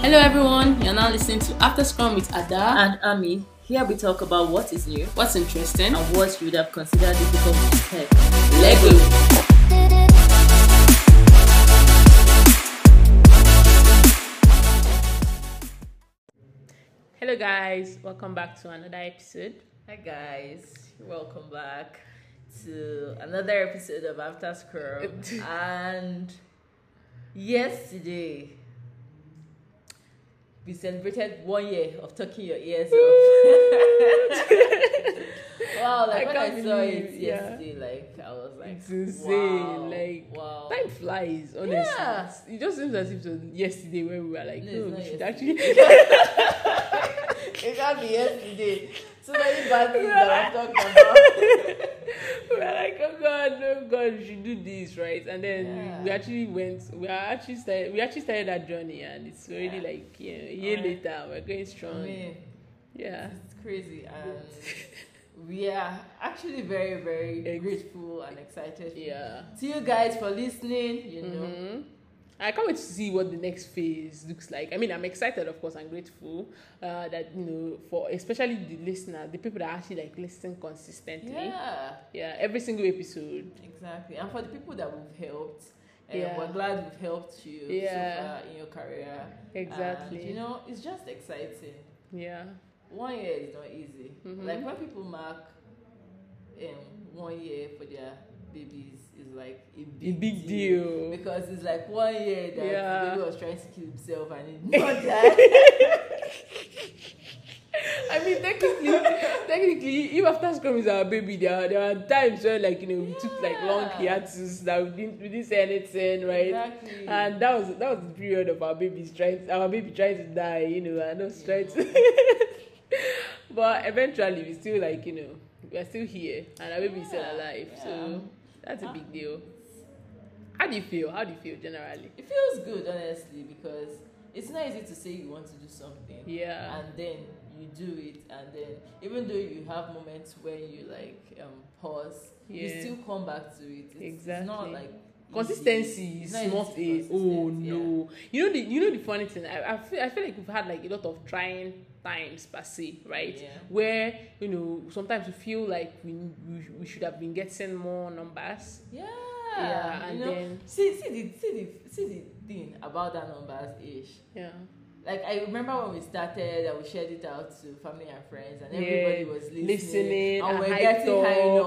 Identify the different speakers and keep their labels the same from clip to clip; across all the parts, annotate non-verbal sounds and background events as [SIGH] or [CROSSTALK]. Speaker 1: Hello everyone, you're now listening to After Scrum with Ada.
Speaker 2: and Ami. Here we talk about what is new
Speaker 1: What's interesting?
Speaker 2: and what you would have considered difficult to step. Lego.
Speaker 1: Hello guys, welcome back to another episode.
Speaker 2: Hi guys, welcome back to another episode of After [LAUGHS] Scrum. and yesterday we celebrated one year of talking your ears off. [LAUGHS] wow,
Speaker 1: I
Speaker 2: like when
Speaker 1: can't
Speaker 2: I saw it
Speaker 1: believe, yeah.
Speaker 2: yesterday, like I was like,
Speaker 1: It's insane,
Speaker 2: wow,
Speaker 1: like,
Speaker 2: wow.
Speaker 1: [LAUGHS] Time flies, honestly.
Speaker 2: Yeah.
Speaker 1: It just seems as if it was yesterday when we were like,
Speaker 2: No,
Speaker 1: no,
Speaker 2: it's
Speaker 1: we
Speaker 2: not
Speaker 1: should
Speaker 2: [LAUGHS] It can't be yesterday. So many bad [LAUGHS] things
Speaker 1: Yeah.
Speaker 2: that I've talked about.
Speaker 1: actually, [LAUGHS] we were like, oh god, oh god, we should do this, right? And then
Speaker 2: Yeah.
Speaker 1: we actually went, we are actually started, we actually started that journey, and it's already
Speaker 2: Yeah.
Speaker 1: like yeah, a year
Speaker 2: Alright.
Speaker 1: later, we're going
Speaker 2: I
Speaker 1: strong.
Speaker 2: mean,
Speaker 1: Yeah.
Speaker 2: it's Oh, crazy, and [LAUGHS] we are actually very, very
Speaker 1: Ex-
Speaker 2: grateful and excited.
Speaker 1: Yeah.
Speaker 2: To you guys for listening, you know.
Speaker 1: Mhm. I can't wait to see what the next phase looks like. I mean, I'm excited, of course, and grateful uh, that you know, for especially the listener, the people that actually like listen consistently.
Speaker 2: Yeah,
Speaker 1: Yeah, every single episode.
Speaker 2: exactly. And for the people that we've helped, uh,
Speaker 1: Yeah.
Speaker 2: we're glad we've helped you
Speaker 1: Yeah.
Speaker 2: so far in your career.
Speaker 1: Exactly.
Speaker 2: And, Uh, you know, it's just exciting.
Speaker 1: Yeah.
Speaker 2: one year is not easy.
Speaker 1: Mhm.
Speaker 2: Like when people mark um, one year for their babies is like a big,
Speaker 1: big deal.
Speaker 2: because it's like one year that
Speaker 1: Yeah.
Speaker 2: the baby was trying to kill himself
Speaker 1: [LAUGHS]
Speaker 2: and it not died.
Speaker 1: I mean, technically, [LAUGHS] technically, if after scrum is our baby, there are, there are times where like you know we took like long
Speaker 2: Yeah.
Speaker 1: hiatus that we didn't we didn't say anything, right?
Speaker 2: Exactly.
Speaker 1: And that was that was the period of our babies trying our baby trying to die, you know, and us trying to [LAUGHS] but eventually we still like, you know, we're still here and our baby is still
Speaker 2: Yeah,
Speaker 1: alive.
Speaker 2: yeah.
Speaker 1: So that's a big deal. How do you feel? How do you feel generally?
Speaker 2: it feels good honestly because it's not easy to say you want to do something
Speaker 1: Yeah.
Speaker 2: and then you do it and then even though you have moments when you like um pause you
Speaker 1: Yeah.
Speaker 2: still come back to it it's, it's not
Speaker 1: Exactly.
Speaker 2: like
Speaker 1: Consistency
Speaker 2: easy.
Speaker 1: is
Speaker 2: It's easy
Speaker 1: not
Speaker 2: to
Speaker 1: a
Speaker 2: be
Speaker 1: oh
Speaker 2: consistent, yeah.
Speaker 1: no. You know the you know the funny thing. I, I feel I feel like we've had like a lot of trying times per se, right?
Speaker 2: Yeah.
Speaker 1: Where you know sometimes we feel like we we, we should have been getting more numbers.
Speaker 2: Yeah.
Speaker 1: Yeah, and
Speaker 2: you know,
Speaker 1: then-
Speaker 2: see, see the see the see the thing about that numbers ish.
Speaker 1: Yeah.
Speaker 2: Like I remember when we started, and we shared it out to family and friends, and
Speaker 1: Yeah,
Speaker 2: everybody was listening,
Speaker 1: listening,
Speaker 2: and
Speaker 1: and
Speaker 2: we're
Speaker 1: hyped
Speaker 2: getting high
Speaker 1: up.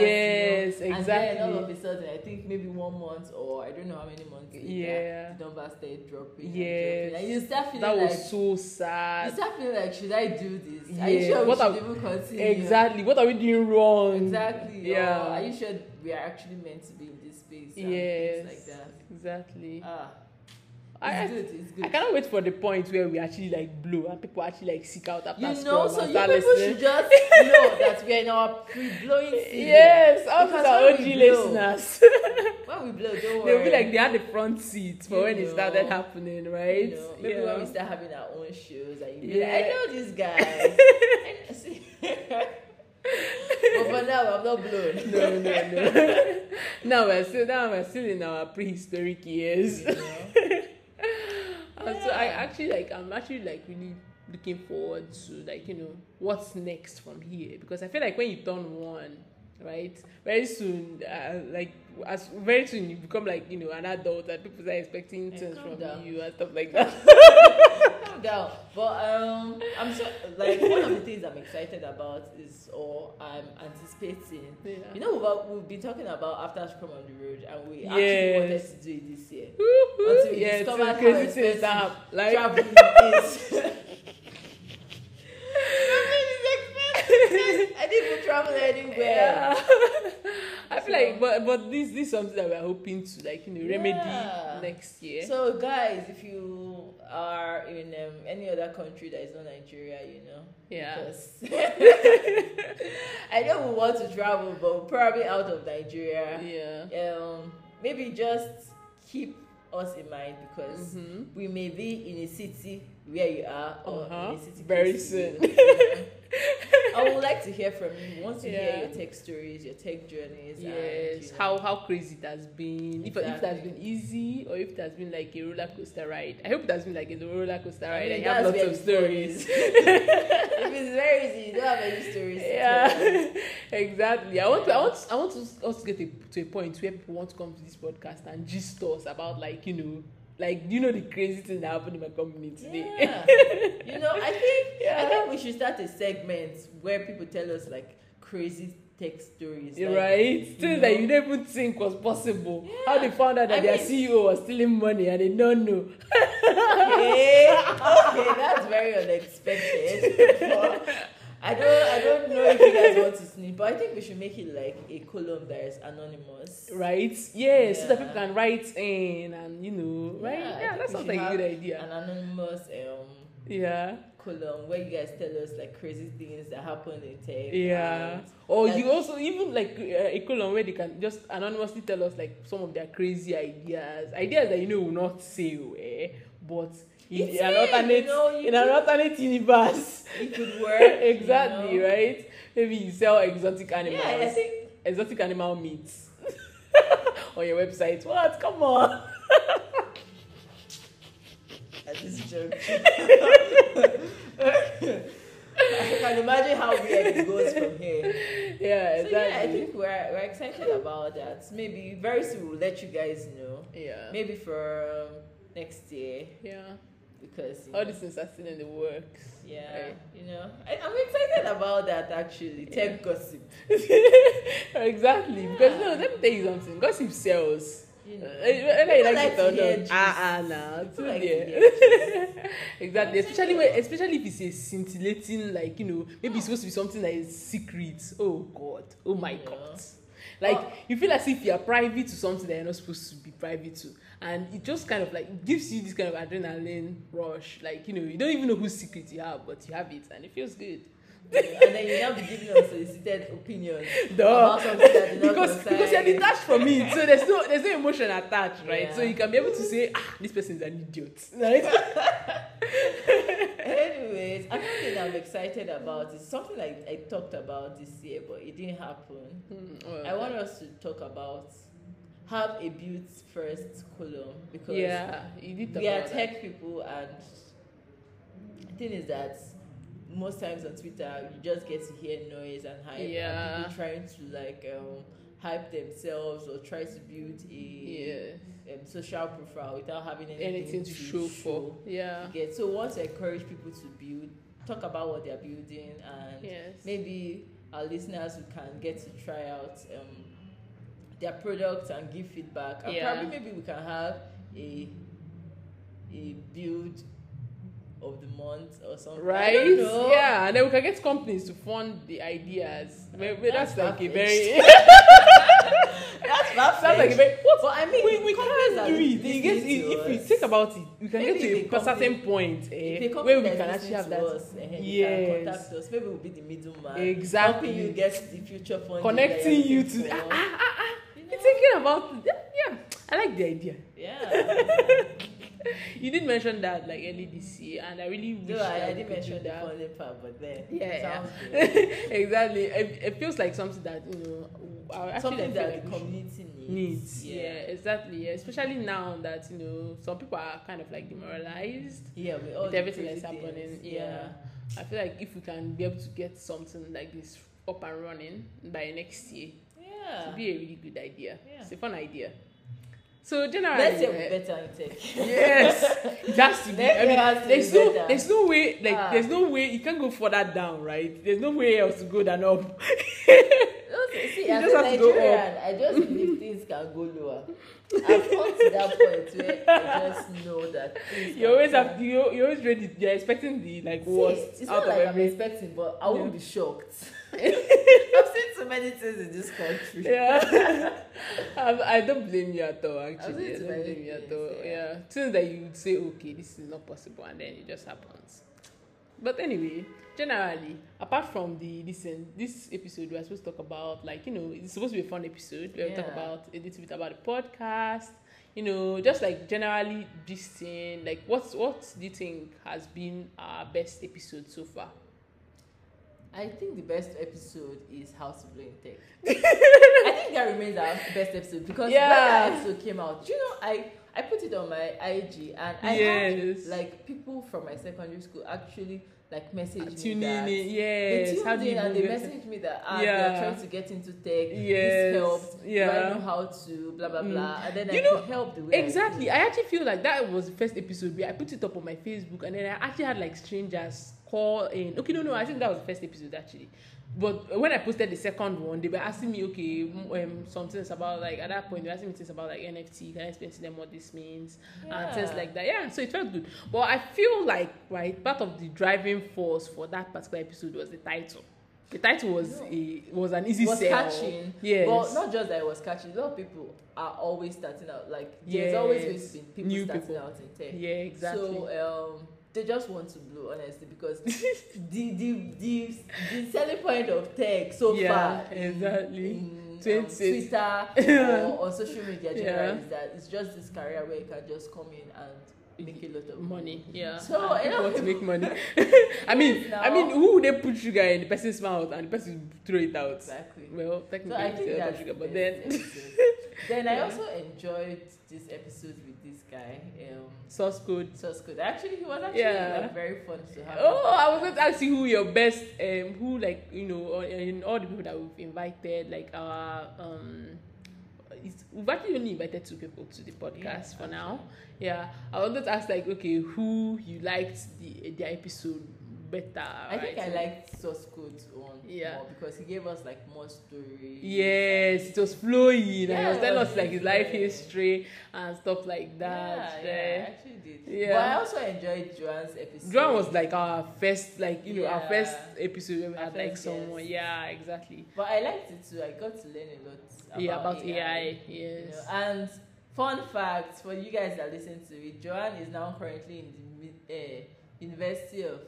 Speaker 1: Yes,
Speaker 2: you know? And
Speaker 1: exactly.
Speaker 2: then all of a sudden, I think maybe one month or I don't know how many months later,
Speaker 1: Yeah.
Speaker 2: the numbers started dropping. and
Speaker 1: Yes.
Speaker 2: dropping. and you start feeling
Speaker 1: That
Speaker 2: like
Speaker 1: was so
Speaker 2: you
Speaker 1: sad.
Speaker 2: start feeling like should I do this? Are
Speaker 1: Yeah,
Speaker 2: you sure we
Speaker 1: what
Speaker 2: should
Speaker 1: are-
Speaker 2: even continue?
Speaker 1: Exactly. What are we doing wrong?
Speaker 2: Exactly.
Speaker 1: Yeah.
Speaker 2: Or are you sure we are actually meant to be in this space? And
Speaker 1: Yes.
Speaker 2: Things like that.
Speaker 1: Exactly.
Speaker 2: Ah,
Speaker 1: I,
Speaker 2: it's good. It's good.
Speaker 1: I cannot wait for the point where we actually like blow and people actually like seek out after
Speaker 2: you
Speaker 1: Scrum
Speaker 2: know,
Speaker 1: and
Speaker 2: so you
Speaker 1: start
Speaker 2: people
Speaker 1: listening.
Speaker 2: should just know that we are in our pre-blowing season.
Speaker 1: Yes, all these
Speaker 2: Because
Speaker 1: are
Speaker 2: when
Speaker 1: OG
Speaker 2: we blow,
Speaker 1: listeners. [LAUGHS]
Speaker 2: When we blow, don't worry.
Speaker 1: They'll be like they had the front seat for
Speaker 2: You
Speaker 1: when it
Speaker 2: know.
Speaker 1: started happening, right?
Speaker 2: you know, maybe
Speaker 1: yeah.
Speaker 2: when we start having our own shows, and you be
Speaker 1: Yeah.
Speaker 2: like, I know these
Speaker 1: [LAUGHS]
Speaker 2: guys. I know- see. [LAUGHS] but for now, I'm not blown.
Speaker 1: no, no, no. [LAUGHS] now we're still now we're still in our prehistoric years.
Speaker 2: [LAUGHS] You know?
Speaker 1: And so I
Speaker 2: Yeah.
Speaker 1: actually like I'm actually like really looking forward to like you know what's next from here because I feel like when you turn one right very soon uh, like as very soon you become like you know an adult and people are expecting
Speaker 2: And
Speaker 1: things
Speaker 2: calm
Speaker 1: from
Speaker 2: down.
Speaker 1: you and stuff like
Speaker 2: [LAUGHS]
Speaker 1: that
Speaker 2: calm down. But um, I'm so like one of the things I'm excited about is or I'm anticipating.
Speaker 1: yeah.
Speaker 2: You know, what we've been talking about after Scrum on the road, and we
Speaker 1: Yes.
Speaker 2: actually wanted to do it this year.
Speaker 1: Woo-hoo.
Speaker 2: Until we
Speaker 1: yeah it's
Speaker 2: discovered how
Speaker 1: crazy things
Speaker 2: expensive
Speaker 1: that hap- [LAUGHS] like [LAUGHS]
Speaker 2: Traveling is. [LAUGHS] I didn't even travel anywhere.
Speaker 1: Yeah. [LAUGHS] I feel
Speaker 2: So-
Speaker 1: like, but but this this is something that we're hoping to like you know remedy
Speaker 2: Yeah.
Speaker 1: next year.
Speaker 2: So, guys, if you are in um, any other country that is not Nigeria, you know,
Speaker 1: yeah,
Speaker 2: because [LAUGHS] I know we want to travel, but probably out of Nigeria.
Speaker 1: yeah.
Speaker 2: Um, maybe just keep us in mind because
Speaker 1: Mm-hmm.
Speaker 2: we may be in a city where you are or
Speaker 1: Uh-huh.
Speaker 2: in a city
Speaker 1: Very [LAUGHS]
Speaker 2: close to you.
Speaker 1: soon.
Speaker 2: I would like like to hear from you. We want to
Speaker 1: Yeah.
Speaker 2: hear your tech stories, your tech journeys. and,
Speaker 1: yes
Speaker 2: you know,
Speaker 1: how how crazy it has been if, if it has
Speaker 2: Exactly.
Speaker 1: been easy or if it has been like a roller coaster ride i hope it has been like a roller coaster
Speaker 2: I
Speaker 1: ride i,
Speaker 2: mean,
Speaker 1: have
Speaker 2: that's
Speaker 1: lots
Speaker 2: where
Speaker 1: of
Speaker 2: the fun
Speaker 1: stories
Speaker 2: [LAUGHS] is. if it's very easy, you don't have any stories. to tell.
Speaker 1: yeah [LAUGHS] exactly i want to i want i want to us to get a, to a point where people want to come to this podcast and gist us about like you know like you know the crazy thing that happened in my company today
Speaker 2: Yeah. you know, I think I
Speaker 1: Yeah.
Speaker 2: think we should start a segment where people tell us like crazy tech stories. like,
Speaker 1: right things
Speaker 2: you
Speaker 1: that
Speaker 2: know.
Speaker 1: you don't even think was possible how
Speaker 2: Yeah.
Speaker 1: they found out that
Speaker 2: I
Speaker 1: their
Speaker 2: mean-
Speaker 1: ceo was stealing money and they don't know
Speaker 2: okay, okay, that's very unexpected. [LAUGHS] But I don't, I don't know if you guys want to sneak, but I think we should make it like a column that is anonymous.
Speaker 1: right yeah, so that people
Speaker 2: Yeah.
Speaker 1: can write in and you know right
Speaker 2: Yeah, I
Speaker 1: yeah,
Speaker 2: think
Speaker 1: that
Speaker 2: we
Speaker 1: sounds
Speaker 2: should
Speaker 1: like a good
Speaker 2: have
Speaker 1: idea
Speaker 2: An anonymous um
Speaker 1: yeah
Speaker 2: column where you guys tell us like crazy things that happened in tech.
Speaker 1: yeah
Speaker 2: and-
Speaker 1: or
Speaker 2: Like-
Speaker 1: you also even like uh, a column where they can just anonymously tell us like some of their crazy ideas ideas that you know will not sell eh but in
Speaker 2: It's
Speaker 1: an
Speaker 2: it,
Speaker 1: alternate
Speaker 2: you know, you
Speaker 1: in an
Speaker 2: could-
Speaker 1: alternate universe
Speaker 2: it could work you
Speaker 1: [LAUGHS] exactly
Speaker 2: know?
Speaker 1: right maybe you sell exotic animals
Speaker 2: Yeah, I think
Speaker 1: exotic animal meats [LAUGHS] on your website what come on
Speaker 2: I just
Speaker 1: [LAUGHS]
Speaker 2: joke. [LAUGHS] I can imagine how weird it goes from here.
Speaker 1: yeah
Speaker 2: So yeah, I
Speaker 1: exactly
Speaker 2: think we're we're excited about that. Maybe very soon we'll let you guys know.
Speaker 1: yeah
Speaker 2: Maybe for um, next year
Speaker 1: yeah
Speaker 2: because you
Speaker 1: all
Speaker 2: know,
Speaker 1: these things are still in the works
Speaker 2: yeah,
Speaker 1: right?
Speaker 2: you know, I, I'm excited about that actually. Tech gossip,
Speaker 1: [LAUGHS] exactly because no
Speaker 2: Yeah.
Speaker 1: let me tell you something gossip sells
Speaker 2: you
Speaker 1: Uh,
Speaker 2: know.
Speaker 1: whether you
Speaker 2: People
Speaker 1: like
Speaker 2: like
Speaker 1: it
Speaker 2: to
Speaker 1: or
Speaker 2: hear
Speaker 1: not
Speaker 2: gist.
Speaker 1: ah ah nah
Speaker 2: People
Speaker 1: too
Speaker 2: like to
Speaker 1: there.
Speaker 2: hear
Speaker 1: exactly
Speaker 2: Yeah.
Speaker 1: especially when especially if it's a scintillating like you know maybe it's supposed to be something that is secret oh god oh my
Speaker 2: Yeah.
Speaker 1: god like
Speaker 2: Oh.
Speaker 1: you feel as if you are private to something that you're not supposed to be private to and it just kind of like it gives you this kind of adrenaline rush like you know you don't even know whose secret you have but you have it and it feels
Speaker 2: [LAUGHS]
Speaker 1: good
Speaker 2: and then you now be giving unsolicited
Speaker 1: [LAUGHS]
Speaker 2: opinions
Speaker 1: Duh.
Speaker 2: about something that did not
Speaker 1: Oh. because
Speaker 2: concern
Speaker 1: because you're
Speaker 2: you.
Speaker 1: detached from it so there's no there's no emotion attached right so
Speaker 2: Yeah. Hmm,
Speaker 1: you can be able to say ah this person is an idiot
Speaker 2: [LAUGHS]
Speaker 1: [LAUGHS] right
Speaker 2: Anyways, another thing I'm excited about is something like I talked about this year, but it didn't happen. I want us to talk about have a built first column because
Speaker 1: yeah you did talk
Speaker 2: we are
Speaker 1: about
Speaker 2: tech people, and the thing is that most times on Twitter you just get to hear noise and hype,
Speaker 1: Yeah.
Speaker 2: and people trying to like um, hype themselves or try to build a
Speaker 1: that. yeah
Speaker 2: um, social profile without having anything,
Speaker 1: anything to show for yeah
Speaker 2: get so we want to encourage people to build talk about what they're building and
Speaker 1: yes
Speaker 2: maybe our listeners who can get to try out um, their products and give feedback and
Speaker 1: Yeah.
Speaker 2: probably maybe we can have a a build of the month or something I
Speaker 1: right
Speaker 2: don't know.
Speaker 1: yeah and then we can get companies to fund the ideas maybe that's, like
Speaker 2: That's
Speaker 1: a
Speaker 2: far-fetched.
Speaker 1: [LAUGHS] very
Speaker 2: that's
Speaker 1: sounds like a
Speaker 2: [LAUGHS]
Speaker 1: very
Speaker 2: what but I mean
Speaker 1: we, we
Speaker 2: companies
Speaker 1: can't
Speaker 2: are
Speaker 1: do it
Speaker 2: listening
Speaker 1: you get,
Speaker 2: to
Speaker 1: if we
Speaker 2: us.
Speaker 1: think about it we can
Speaker 2: Maybe if a
Speaker 1: get to a
Speaker 2: company-
Speaker 1: certain point eh,
Speaker 2: If a
Speaker 1: where
Speaker 2: company
Speaker 1: we
Speaker 2: that is
Speaker 1: can actually
Speaker 2: listening
Speaker 1: have
Speaker 2: to
Speaker 1: that
Speaker 2: us, eh, you can
Speaker 1: Yes.
Speaker 2: contact us. Maybe we'll be the middleman.
Speaker 1: Exactly.
Speaker 2: Helping you get the future funding. that
Speaker 1: connecting
Speaker 2: you're
Speaker 1: you
Speaker 2: looking
Speaker 1: to
Speaker 2: for.
Speaker 1: ah, ah, ah, ah.
Speaker 2: You
Speaker 1: You're
Speaker 2: know?
Speaker 1: thinking about yeah, yeah i like the idea
Speaker 2: Yeah.
Speaker 1: [LAUGHS] you did mention that like early this year and i really wish
Speaker 2: No,
Speaker 1: that
Speaker 2: I, I
Speaker 1: we could
Speaker 2: didn't
Speaker 1: do
Speaker 2: mention the
Speaker 1: that.
Speaker 2: funding part, but then
Speaker 1: Yeah,
Speaker 2: sounds
Speaker 1: yeah.
Speaker 2: good.
Speaker 1: exactly it, it feels like something that you know I actually
Speaker 2: something
Speaker 1: feel
Speaker 2: that
Speaker 1: like
Speaker 2: the
Speaker 1: we should-
Speaker 2: community needs.
Speaker 1: needs yeah. exactly yeah. especially now that you know some people are kind of like demoralized
Speaker 2: Yeah, with all
Speaker 1: with
Speaker 2: the
Speaker 1: everything
Speaker 2: crazy
Speaker 1: that's happening
Speaker 2: things.
Speaker 1: yeah. i feel like if we can be able to get something like this up and running by next year
Speaker 2: Yeah.
Speaker 1: it'd be a really good idea
Speaker 2: Yeah.
Speaker 1: it's a fun idea so generally
Speaker 2: Let's say
Speaker 1: eh,
Speaker 2: we're better in tech.
Speaker 1: yes
Speaker 2: [LAUGHS]
Speaker 1: it has to be
Speaker 2: Let
Speaker 1: i mean
Speaker 2: it has to
Speaker 1: there's
Speaker 2: be
Speaker 1: no
Speaker 2: better.
Speaker 1: there's no way like
Speaker 2: Ah.
Speaker 1: there's no way you can't go further down right there's no way else to go than up
Speaker 2: [LAUGHS] Okay, see,
Speaker 1: You
Speaker 2: as
Speaker 1: just
Speaker 2: a
Speaker 1: have to go up.
Speaker 2: Nigerian, I just believe things can go lower. I've come to that point where I just know that things
Speaker 1: you
Speaker 2: can
Speaker 1: always
Speaker 2: go
Speaker 1: have to, you you always ready you're expecting the like
Speaker 2: See,
Speaker 1: worst
Speaker 2: it's
Speaker 1: out
Speaker 2: not
Speaker 1: of
Speaker 2: like I'm
Speaker 1: every
Speaker 2: expecting, but I won't
Speaker 1: Yeah.
Speaker 2: be
Speaker 1: [LAUGHS]
Speaker 2: shocked. [LAUGHS] I've seen so many things in this country.
Speaker 1: yeah [LAUGHS] I, I don't blame you at all
Speaker 2: think
Speaker 1: actually i
Speaker 2: it's
Speaker 1: don't
Speaker 2: very
Speaker 1: blame you at
Speaker 2: good,
Speaker 1: all yeah.
Speaker 2: yeah.
Speaker 1: things that you would say okay this is not possible and then it just happens but anyway generally apart from the listen this episode we're supposed to talk about like you know it's supposed to be a fun episode we'll talk
Speaker 2: Yeah.
Speaker 1: about a little bit about the podcast you know just like generally this thing like what's what do you think has been our best episode so far
Speaker 2: I think the best episode is How to Blow in Tech.
Speaker 1: [LAUGHS]
Speaker 2: I think that remains our best episode because when that
Speaker 1: Yeah.
Speaker 2: episode came out, do you know, I, I put it on my IG and I
Speaker 1: Yes.
Speaker 2: had like people from my secondary school actually like message me
Speaker 1: Tuning
Speaker 2: that.
Speaker 1: in,
Speaker 2: They
Speaker 1: yes.
Speaker 2: tuned
Speaker 1: How do you
Speaker 2: in and
Speaker 1: do
Speaker 2: they
Speaker 1: better?
Speaker 2: messaged me that ah,
Speaker 1: Yeah.
Speaker 2: they're trying to get into tech.
Speaker 1: Yes.
Speaker 2: This helped. Do I
Speaker 1: Yeah.
Speaker 2: know how to? Blah blah
Speaker 1: Mm.
Speaker 2: blah. And then
Speaker 1: You
Speaker 2: I
Speaker 1: know,
Speaker 2: could help the way I
Speaker 1: Exactly.
Speaker 2: could.
Speaker 1: I actually feel like that was the first episode. where I put it up on my Facebook, and then I actually had like strangers call in. Okay, no, no. I think that was the first episode actually. But when I posted the second one, they were asking me, okay, mm, um, some things about like at that point they were asking me things about like NFT. Can I explain to them what this means and things
Speaker 2: Yeah.
Speaker 1: like that? Yeah. So it felt good. But I feel like right part of the driving force for that particular episode was the title. The title was
Speaker 2: No.
Speaker 1: a, was an easy
Speaker 2: was
Speaker 1: sell.
Speaker 2: catching.
Speaker 1: Yes.
Speaker 2: But not just that it was catching. A lot of people are always starting out. Like there's
Speaker 1: Yes.
Speaker 2: always going to be people
Speaker 1: New
Speaker 2: starting
Speaker 1: people.
Speaker 2: out in tech.
Speaker 1: yeah. Exactly.
Speaker 2: So um, they just want to blow honestly because the, [LAUGHS] the the the selling point of tech so
Speaker 1: Yeah,
Speaker 2: far in-
Speaker 1: exactly.
Speaker 2: in, um,
Speaker 1: Tweets it. [LAUGHS]
Speaker 2: Twitter or on social media generally
Speaker 1: Yeah.
Speaker 2: is that it's just this career where you can just come in and make a lot of
Speaker 1: money. Yeah.
Speaker 2: So,
Speaker 1: And people
Speaker 2: yeah.
Speaker 1: want to make
Speaker 2: [LAUGHS]
Speaker 1: money. [LAUGHS] I mean,
Speaker 2: Yes,
Speaker 1: I
Speaker 2: now.
Speaker 1: mean, who would they put sugar in the person's mouth and the person throw it out?
Speaker 2: Exactly.
Speaker 1: Well,
Speaker 2: So I
Speaker 1: technically,
Speaker 2: think
Speaker 1: it's not
Speaker 2: that's
Speaker 1: sugar, but
Speaker 2: the
Speaker 1: then
Speaker 2: best episode. then I
Speaker 1: [LAUGHS] Yeah.
Speaker 2: also enjoyed this episode with this guy. Um,
Speaker 1: source code.
Speaker 2: source code. Actually, he was actually
Speaker 1: Yeah.
Speaker 2: like, very fun to have.
Speaker 1: Oh, I was going to ask you who your best, um, who like you know, or- uh, in all the people that we've invited, like our um. It's, we've actually only invited two people to the podcast
Speaker 2: Yeah,
Speaker 1: for now. Yeah, I wanted to ask like, okay, who you liked the their episode better?
Speaker 2: I think
Speaker 1: right?
Speaker 2: I liked source code on
Speaker 1: Yeah.
Speaker 2: more because he gave us like more story.
Speaker 1: Yes, it was flowing. and he was
Speaker 2: Yeah,
Speaker 1: telling
Speaker 2: it was
Speaker 1: us like his
Speaker 2: really
Speaker 1: life
Speaker 2: flowing.
Speaker 1: history and stuff like that.
Speaker 2: yeah, yeah, I
Speaker 1: Yeah,
Speaker 2: actually did.
Speaker 1: Yeah.
Speaker 2: But I also enjoyed Joanne's episode.
Speaker 1: Drum was like our first, like you know, our
Speaker 2: Yeah.
Speaker 1: first episode where we
Speaker 2: Our
Speaker 1: had like
Speaker 2: first,
Speaker 1: someone.
Speaker 2: yes.
Speaker 1: Yeah, exactly.
Speaker 2: But I liked it too. I got to learn a lot about,
Speaker 1: yeah, about AI.
Speaker 2: you
Speaker 1: Yes.
Speaker 2: know. And fun fact for you guys that listen to it, Joanne is now currently in the uh, University of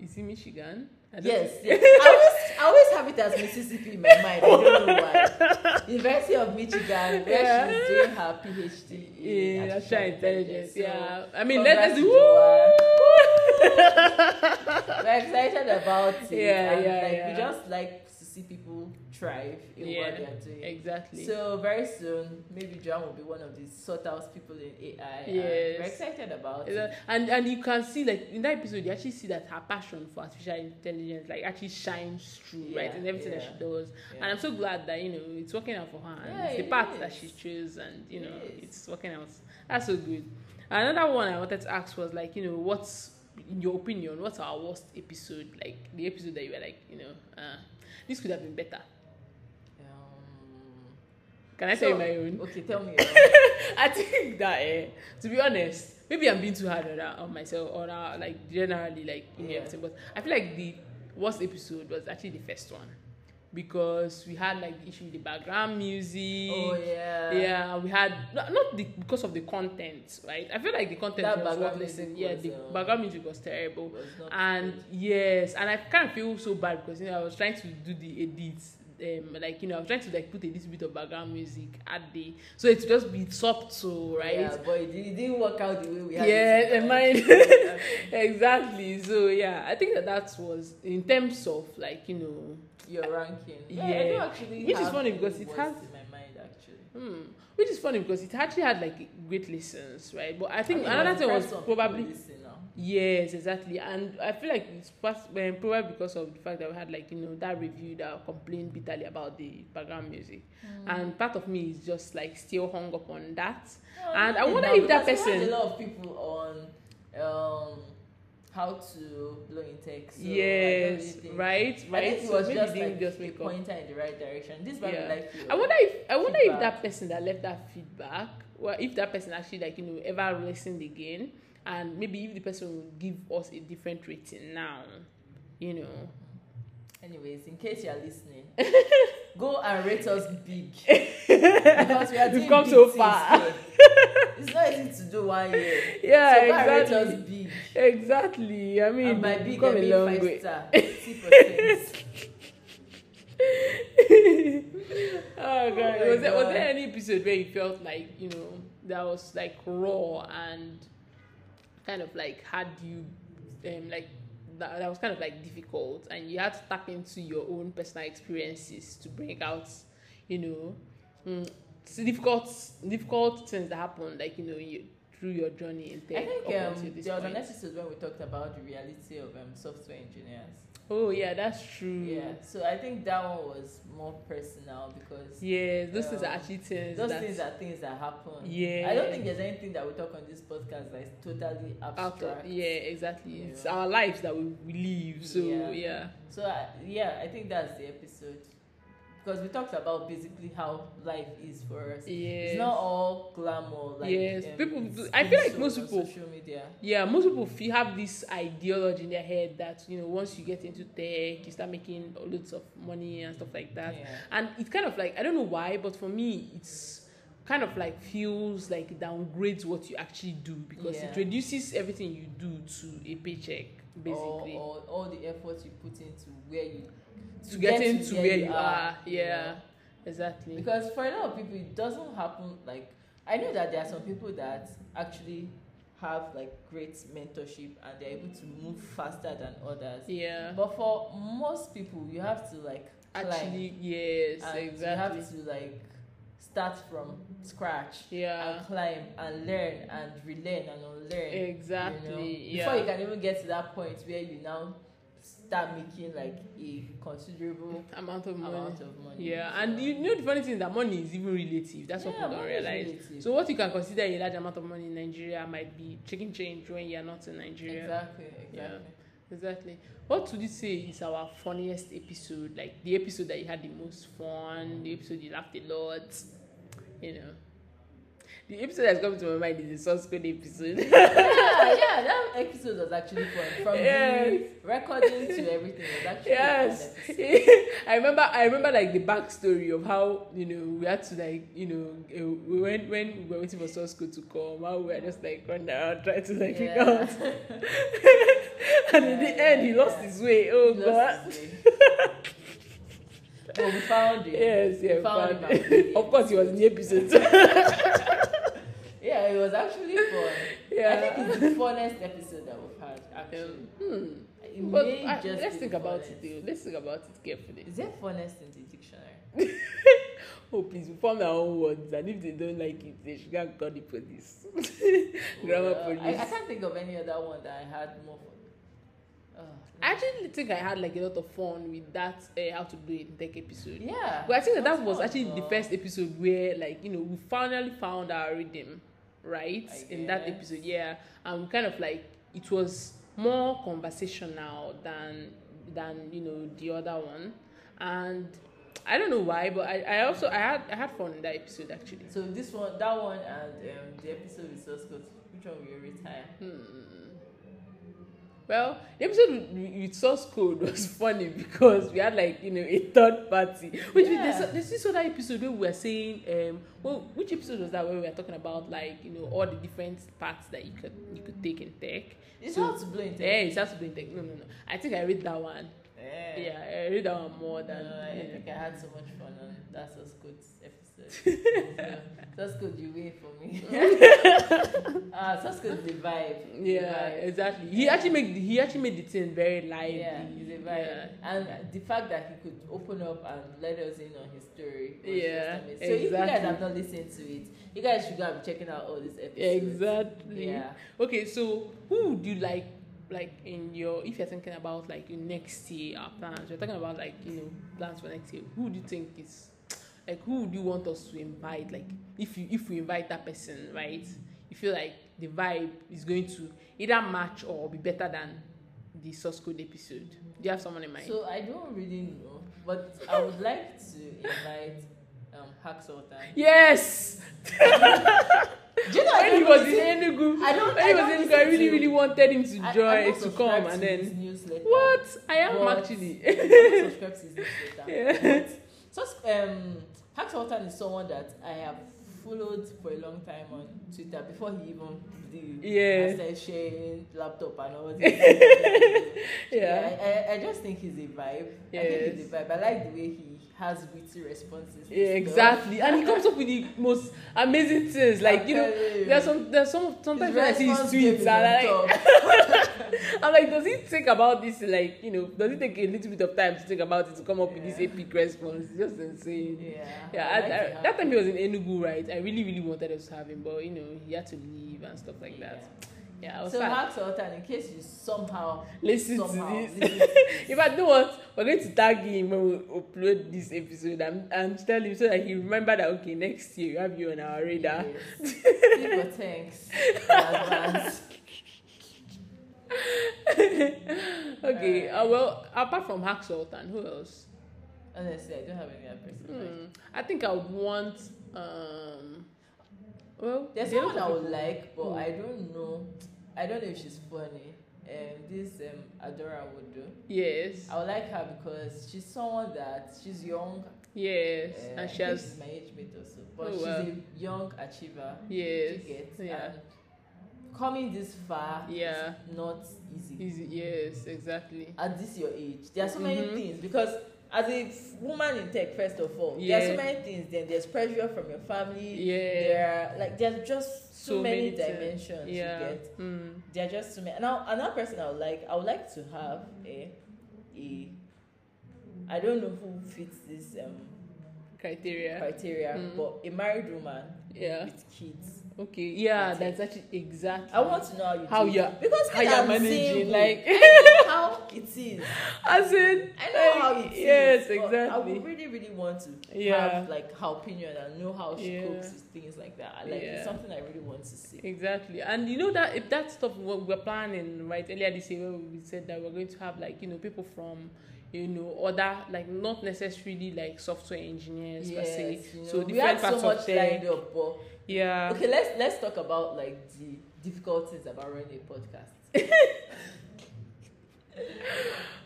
Speaker 1: Is it Michigan? I don't
Speaker 2: Yes,
Speaker 1: know.
Speaker 2: yes.
Speaker 1: [LAUGHS]
Speaker 2: I always, I always have it as Mississippi in my mind. I don't know why. University of Michigan, where
Speaker 1: Yeah.
Speaker 2: she's doing her PhD in
Speaker 1: Yeah, artificial intelligence.
Speaker 2: So,
Speaker 1: yeah, I mean, let us. [LAUGHS]
Speaker 2: congrats, Joanne. We're excited about it.
Speaker 1: Yeah,
Speaker 2: and,
Speaker 1: yeah,
Speaker 2: like,
Speaker 1: yeah.
Speaker 2: We just like to see people thrive in
Speaker 1: Yeah,
Speaker 2: what they're doing.
Speaker 1: Exactly.
Speaker 2: So very soon, maybe Joanne will be one of the sought out people in AI. and
Speaker 1: Yes.
Speaker 2: we're excited about
Speaker 1: Is
Speaker 2: it.
Speaker 1: that- and and you can see like in that episode you actually see that her passion for artificial intelligence like actually shines through
Speaker 2: Yeah,
Speaker 1: right in everything that
Speaker 2: yeah,
Speaker 1: she does and i'm so glad that you know it's working out for her and
Speaker 2: Yeah,
Speaker 1: it's the
Speaker 2: it
Speaker 1: path that
Speaker 2: is.
Speaker 1: she chose and you
Speaker 2: It
Speaker 1: know
Speaker 2: is.
Speaker 1: it's working out that's so good another one i wanted to ask was like you know what's in your opinion what's our worst episode like the episode that you were like you know uh, this could have been better
Speaker 2: Um,
Speaker 1: can i tell you my own
Speaker 2: Okay, tell me.
Speaker 1: [LAUGHS]
Speaker 2: your own.
Speaker 1: I think that eh, to be honest, maybe I'm being too hard on, that- on myself or uh, like generally like in
Speaker 2: Yeah.
Speaker 1: everything. But I feel like the worst episode was actually the first one because we had like the issue with the background music.
Speaker 2: Oh yeah.
Speaker 1: Yeah, we had no- not the because of the content, right? I feel like the content
Speaker 2: That
Speaker 1: was
Speaker 2: background
Speaker 1: what
Speaker 2: music
Speaker 1: listened. Yeah,
Speaker 2: was,
Speaker 1: the
Speaker 2: um,
Speaker 1: background music was
Speaker 2: It
Speaker 1: terrible
Speaker 2: was not
Speaker 1: and
Speaker 2: good.
Speaker 1: yes and i kind of feel so bad because you know i was trying to do the edits um, like you know i was trying to like put a little bit of background music at the so it just be subtle right
Speaker 2: Yeah, but it, didn't- it didn't work out the way we had.
Speaker 1: Yeah,
Speaker 2: it in
Speaker 1: and
Speaker 2: mind.
Speaker 1: mine- exactly so yeah i think that that was in terms of like you know
Speaker 2: [LAUGHS]
Speaker 1: [LAUGHS]
Speaker 2: Your ranking.
Speaker 1: Yeah.
Speaker 2: I do actually.
Speaker 1: Which is
Speaker 2: have
Speaker 1: funny because
Speaker 2: the
Speaker 1: it
Speaker 2: worst
Speaker 1: has-
Speaker 2: in my mind actually.
Speaker 1: hmm, which is funny because it actually had like great lessons right but i think
Speaker 2: mean,
Speaker 1: another
Speaker 2: the
Speaker 1: thing was
Speaker 2: first one people
Speaker 1: probably
Speaker 2: listen now.
Speaker 1: Yes, exactly, and I feel like it's past, um, probably because of the fact that we had like you know that review that complained bitterly about the background music,
Speaker 2: Mm.
Speaker 1: and part of me is just like still hung up on that.
Speaker 2: No,
Speaker 1: And I
Speaker 2: not
Speaker 1: wonder
Speaker 2: now,
Speaker 1: if that
Speaker 2: because we had
Speaker 1: person-
Speaker 2: A lot of people on, um, how to blow in text. So I don't
Speaker 1: yes,
Speaker 2: really think-
Speaker 1: right,
Speaker 2: I
Speaker 1: right.
Speaker 2: think it
Speaker 1: So
Speaker 2: was
Speaker 1: maybe
Speaker 2: just
Speaker 1: they didn't
Speaker 2: like
Speaker 1: just
Speaker 2: a
Speaker 1: make up.
Speaker 2: pointer in the right direction. This might
Speaker 1: Yeah.
Speaker 2: be like. your-
Speaker 1: I wonder if I wonder if
Speaker 2: Feedback.
Speaker 1: that person that left that feedback, well, if that person actually like you know ever listened again, and maybe if the person will give us a different rating now, you know.
Speaker 2: Anyways, in case you're
Speaker 1: [LAUGHS]
Speaker 2: listening, go and rate us big. because we are
Speaker 1: We've
Speaker 2: doing
Speaker 1: come
Speaker 2: big
Speaker 1: so
Speaker 2: things
Speaker 1: far. [LAUGHS]
Speaker 2: here. it's not easy to do one year.
Speaker 1: Yeah,
Speaker 2: so go and rate
Speaker 1: exactly.
Speaker 2: us big.
Speaker 1: Exactly. I mean,
Speaker 2: and by
Speaker 1: we've
Speaker 2: big, I
Speaker 1: come a
Speaker 2: mean
Speaker 1: long
Speaker 2: five
Speaker 1: way. [LAUGHS]
Speaker 2: star. 50%.
Speaker 1: [LAUGHS] Oh god.
Speaker 2: my
Speaker 1: was, there, was
Speaker 2: God.
Speaker 1: there any episode where you felt like, you know, that was like raw and kind of like had you um like that, that was kind of like difficult and you had to tap into your own personal experiences to bring out you know mm, it's difficult difficult things that happen like you know you, through your journey in tech
Speaker 2: I think
Speaker 1: up
Speaker 2: um,
Speaker 1: until this
Speaker 2: there was an
Speaker 1: point.
Speaker 2: episode when we talked about the reality of um, software engineers.
Speaker 1: oh yeah that's true
Speaker 2: Yeah, so I think that one was more personal because
Speaker 1: yes those things are
Speaker 2: Um,
Speaker 1: actually things
Speaker 2: those
Speaker 1: that
Speaker 2: things are things that happen.
Speaker 1: Yeah.
Speaker 2: I don't think there's anything that we talk on this podcast that is totally abstract.
Speaker 1: after yeah exactly
Speaker 2: Yeah.
Speaker 1: it's our lives that we, we live so
Speaker 2: Yeah.
Speaker 1: yeah,
Speaker 2: So I, yeah, I think that's the episode because we talked about basically how life is for us.
Speaker 1: Yes.
Speaker 2: It's not all glamour. Like
Speaker 1: Yes,
Speaker 2: um,
Speaker 1: people-
Speaker 2: it's
Speaker 1: I feel
Speaker 2: being
Speaker 1: like most
Speaker 2: shown on
Speaker 1: people-
Speaker 2: social media.
Speaker 1: yeah most people feel have this ideology in their head that you know once you get into tech you start making loads of money and stuff like that
Speaker 2: Yeah.
Speaker 1: and it kind of like i don't know why but for me it's kind of like feels like it downgrades what you actually do because
Speaker 2: Yeah.
Speaker 1: it reduces everything you do to a paycheck basically
Speaker 2: Or, or all the effort you put into where you
Speaker 1: to get into where you are yeah, exactly
Speaker 2: Because for a lot of people, it doesn't happen. Like I know that there are some people that actually have like great mentorship and they're able to move faster than others.
Speaker 1: yeah
Speaker 2: But for most people, you have to like climb
Speaker 1: actually yes
Speaker 2: and
Speaker 1: exactly
Speaker 2: uh, you have to like start from scratch
Speaker 1: yeah
Speaker 2: and climb and learn and relearn and unlearn. you know?
Speaker 1: exactly yeah
Speaker 2: Before you can even get to that point where you now start making like a considerable
Speaker 1: amount of money
Speaker 2: amount of money.
Speaker 1: yeah
Speaker 2: So-
Speaker 1: and you know the funny thing is that money is even relative that's
Speaker 2: Yeah,
Speaker 1: what people don't
Speaker 2: money is
Speaker 1: realize
Speaker 2: relative.
Speaker 1: so what you can consider a large amount of money in nigeria might be chicken change when you're not in nigeria
Speaker 2: Exactly, exactly.
Speaker 1: Yeah. Exactly. What would you say is our funniest episode? Like the episode that you had the most fun, the episode you laughed a lot, you know. The episode that's coming to my mind is the source code episode.
Speaker 2: [LAUGHS] yeah, yeah, that episode was actually fun. From
Speaker 1: Yes.
Speaker 2: the recording to everything it was actually
Speaker 1: yes. [LAUGHS]
Speaker 2: fun.
Speaker 1: I remember I remember like the backstory of how, you know, we had to like, you know, uh, we when when we were waiting for source code to come, how we were just like running around trying to like figure
Speaker 2: Yeah.
Speaker 1: out. [LAUGHS] and in
Speaker 2: Yeah,
Speaker 1: the
Speaker 2: yeah,
Speaker 1: end he lost
Speaker 2: yeah.
Speaker 1: his way. Oh
Speaker 2: Just
Speaker 1: god. [LAUGHS]
Speaker 2: to say. but Oh, we found it.
Speaker 1: Yes, yeah,
Speaker 2: We
Speaker 1: we
Speaker 2: found
Speaker 1: found Oh.
Speaker 2: him at the [LAUGHS] end.
Speaker 1: of course, he was in the episode. [LAUGHS]
Speaker 2: Yeah, it was actually fun. I
Speaker 1: yeah.
Speaker 2: think it's the funnest episode that we've had, actually.
Speaker 1: Um, hmm.
Speaker 2: It
Speaker 1: But
Speaker 2: may
Speaker 1: I,
Speaker 2: just be
Speaker 1: let's think
Speaker 2: the
Speaker 1: about
Speaker 2: funnest.
Speaker 1: it. Though. Let's think about it carefully.
Speaker 2: Is there funnest in the dictionary?
Speaker 1: Oh, please, we form our own words, and if they don't like it, they should go and call the police. Grammar
Speaker 2: Well,
Speaker 1: police.
Speaker 2: Uh, I, I can't think of any other one that I had more fun. Oh,
Speaker 1: I actually think I had like a lot of fun with that uh, how to do it in tech episode.
Speaker 2: yeah.
Speaker 1: But I think that that
Speaker 2: that's
Speaker 1: was
Speaker 2: fun,
Speaker 1: actually the
Speaker 2: though.
Speaker 1: first episode where, like, you know, we finally found our rhythm, right?
Speaker 2: I
Speaker 1: In that
Speaker 2: guess.
Speaker 1: episode, yeah. And we kind of like it was more conversational than than you know the other one, and I don't know why, but I, I also I had I had fun in that episode actually.
Speaker 2: So this one, that one, and um, the episode with Source Code, which one will you retire?
Speaker 1: Well, the episode with, with source code was [LAUGHS] funny because we had like you know a third party. Which
Speaker 2: Yeah.
Speaker 1: yeah. there's, there's this other episode where we were saying, um, well, which episode was that where we were talking about like you know all the different parts that you could you could take in tech.
Speaker 2: It's
Speaker 1: So-
Speaker 2: hard to blow into
Speaker 1: Yeah, it's hard to be in tech. No, no, no. I think I read that one.
Speaker 2: Yeah.
Speaker 1: Yeah, I read that one more than.
Speaker 2: No, I
Speaker 1: yeah.
Speaker 2: think I had so much fun on that Source Code
Speaker 1: [LAUGHS]
Speaker 2: episode. so, Source Code, you win for me. Ah, Source Code, the vibe. the
Speaker 1: Yeah,
Speaker 2: vibe.
Speaker 1: exactly. He
Speaker 2: Yeah.
Speaker 1: actually made he actually made the thing very lively.
Speaker 2: Yeah, he's a vibe.
Speaker 1: Yeah.
Speaker 2: And the fact that he could open up and let us in on his story. was
Speaker 1: Yeah,
Speaker 2: just amazing. So if you guys
Speaker 1: exactly.
Speaker 2: have not listened to it, you guys should go and be checking out all these episodes.
Speaker 1: Exactly.
Speaker 2: Yeah.
Speaker 1: Okay, so who would you like, like in your, if you're thinking about like your next year our plans, you're talking about like you know plans for next year. Who do you think is, like, who would you want us to invite? Like, if you if we invite that person, right? You feel like the vibe is going to either match or be better than the source code episode. Do you have someone in mind?
Speaker 2: So I don't really know, but I would like to invite um Hack Sultan.
Speaker 1: yes.
Speaker 2: Do you know I
Speaker 1: When he
Speaker 2: don't
Speaker 1: was
Speaker 2: listen-
Speaker 1: in Enugu,
Speaker 2: I don't-
Speaker 1: when
Speaker 2: I
Speaker 1: he was in
Speaker 2: don't
Speaker 1: Enugu, I
Speaker 2: listen
Speaker 1: really
Speaker 2: to-
Speaker 1: really wanted him
Speaker 2: I-
Speaker 1: to
Speaker 2: I'm
Speaker 1: join
Speaker 2: not
Speaker 1: to
Speaker 2: subscribed
Speaker 1: come, and
Speaker 2: to
Speaker 1: then.
Speaker 2: his newsletter.
Speaker 1: What? I am
Speaker 2: But- [LAUGHS]
Speaker 1: actually. [LAUGHS]
Speaker 2: I'm not subscribed to his newsletter.
Speaker 1: Yeah.
Speaker 2: So um Hack Sultan is someone that I have followed for a long time on Twitter before he even the
Speaker 1: Yeah.
Speaker 2: asset sharing laptop
Speaker 1: [LAUGHS]
Speaker 2: and all this.
Speaker 1: Yeah.
Speaker 2: I, I, I just think he's a vibe. I think he's a vibe. I like the way he has witty responses. to
Speaker 1: Yeah,
Speaker 2: stuff.
Speaker 1: exactly. And he comes up with the most amazing things. Like, you know,
Speaker 2: I'm telling you.
Speaker 1: there's some there's some
Speaker 2: His
Speaker 1: sometimes when I see his
Speaker 2: response game
Speaker 1: tweets [LAUGHS]
Speaker 2: is
Speaker 1: and I
Speaker 2: on
Speaker 1: like
Speaker 2: top.
Speaker 1: I'm like, does it take about this, like, you know, does it take a little bit of time to think about it to come up with this
Speaker 2: Yeah.
Speaker 1: epic response? It's just insane.
Speaker 2: Yeah.
Speaker 1: Yeah,
Speaker 2: I'd like
Speaker 1: I,
Speaker 2: to
Speaker 1: I,
Speaker 2: have
Speaker 1: that time
Speaker 2: it.
Speaker 1: he was in Enugu, right? I really, really wanted us to have him, but, you know, he had to leave and stuff like that. Yeah, I was
Speaker 2: So
Speaker 1: sad.
Speaker 2: hats out and in case you somehow
Speaker 1: Listen to
Speaker 2: somehow
Speaker 1: [LAUGHS] this.
Speaker 2: listen to this.
Speaker 1: If I do what, we're going to tag him when we upload this episode and, and tell him so that he remember that okay, next year we have you on our radar.
Speaker 2: Yes. Give your thanks in advance.
Speaker 1: Okay. Uh,
Speaker 2: Alright.
Speaker 1: well, apart from Hack Sultan, who else?
Speaker 2: Honestly, I don't have any other person.
Speaker 1: Hmm, I think I would want. Um, well,
Speaker 2: There's
Speaker 1: there are
Speaker 2: someone I
Speaker 1: lots of
Speaker 2: would like, but
Speaker 1: Who?
Speaker 2: I don't know. I don't know if she's funny. Um, this um Adora would do.
Speaker 1: people- Yes.
Speaker 2: I would like her because she's someone that she's young.
Speaker 1: Yes.
Speaker 2: uh, I
Speaker 1: and she
Speaker 2: think
Speaker 1: has.
Speaker 2: she's my age mate also, but
Speaker 1: Oh,
Speaker 2: she's
Speaker 1: wow.
Speaker 2: a young achiever. You
Speaker 1: Yes.
Speaker 2: get
Speaker 1: Yeah.
Speaker 2: and coming this far
Speaker 1: Yeah.
Speaker 2: is not easy.
Speaker 1: Easy. Yes. Exactly.
Speaker 2: at this your age there are so many
Speaker 1: Mhm.
Speaker 2: things because as a f- woman in tech first of all there are
Speaker 1: Yeah.
Speaker 2: so many things then there's pressure from your family
Speaker 1: Yeah.
Speaker 2: there are like there's just so,
Speaker 1: So
Speaker 2: many,
Speaker 1: many things.
Speaker 2: dimensions
Speaker 1: yeah.
Speaker 2: you get
Speaker 1: Hmm.
Speaker 2: there are just so many now another person i would like i would like to have a a i don't know who fits this um
Speaker 1: Criteria.
Speaker 2: criteria
Speaker 1: Mm.
Speaker 2: but a married woman
Speaker 1: Yeah.
Speaker 2: with kids
Speaker 1: Okay. Yeah.
Speaker 2: That's it.
Speaker 1: That's actually exactly.
Speaker 2: i want to know how you
Speaker 1: How
Speaker 2: do it.
Speaker 1: you're-
Speaker 2: because
Speaker 1: how
Speaker 2: me,
Speaker 1: you're
Speaker 2: I'm
Speaker 1: managing,
Speaker 2: single.
Speaker 1: like [LAUGHS]
Speaker 2: how it is
Speaker 1: as in.
Speaker 2: I know
Speaker 1: like,
Speaker 2: how it is.
Speaker 1: Yes.
Speaker 2: but I
Speaker 1: Exactly.
Speaker 2: would really, really want to
Speaker 1: Yeah.
Speaker 2: have like her opinion and know how she
Speaker 1: Yeah.
Speaker 2: copes with things like that. I Like
Speaker 1: Yeah.
Speaker 2: it's something I really want to see.
Speaker 1: Exactly, and you know that if that stuff we we're planning right earlier this year, when we said that we're going to have like you know people from you know other like not necessarily like software engineers per se,
Speaker 2: you
Speaker 1: so
Speaker 2: know, we
Speaker 1: different
Speaker 2: have
Speaker 1: parts
Speaker 2: so much
Speaker 1: of tech.
Speaker 2: lined up, but
Speaker 1: Yeah,
Speaker 2: okay, let's let's talk about like the difficulties about running a
Speaker 1: [LAUGHS]
Speaker 2: podcast.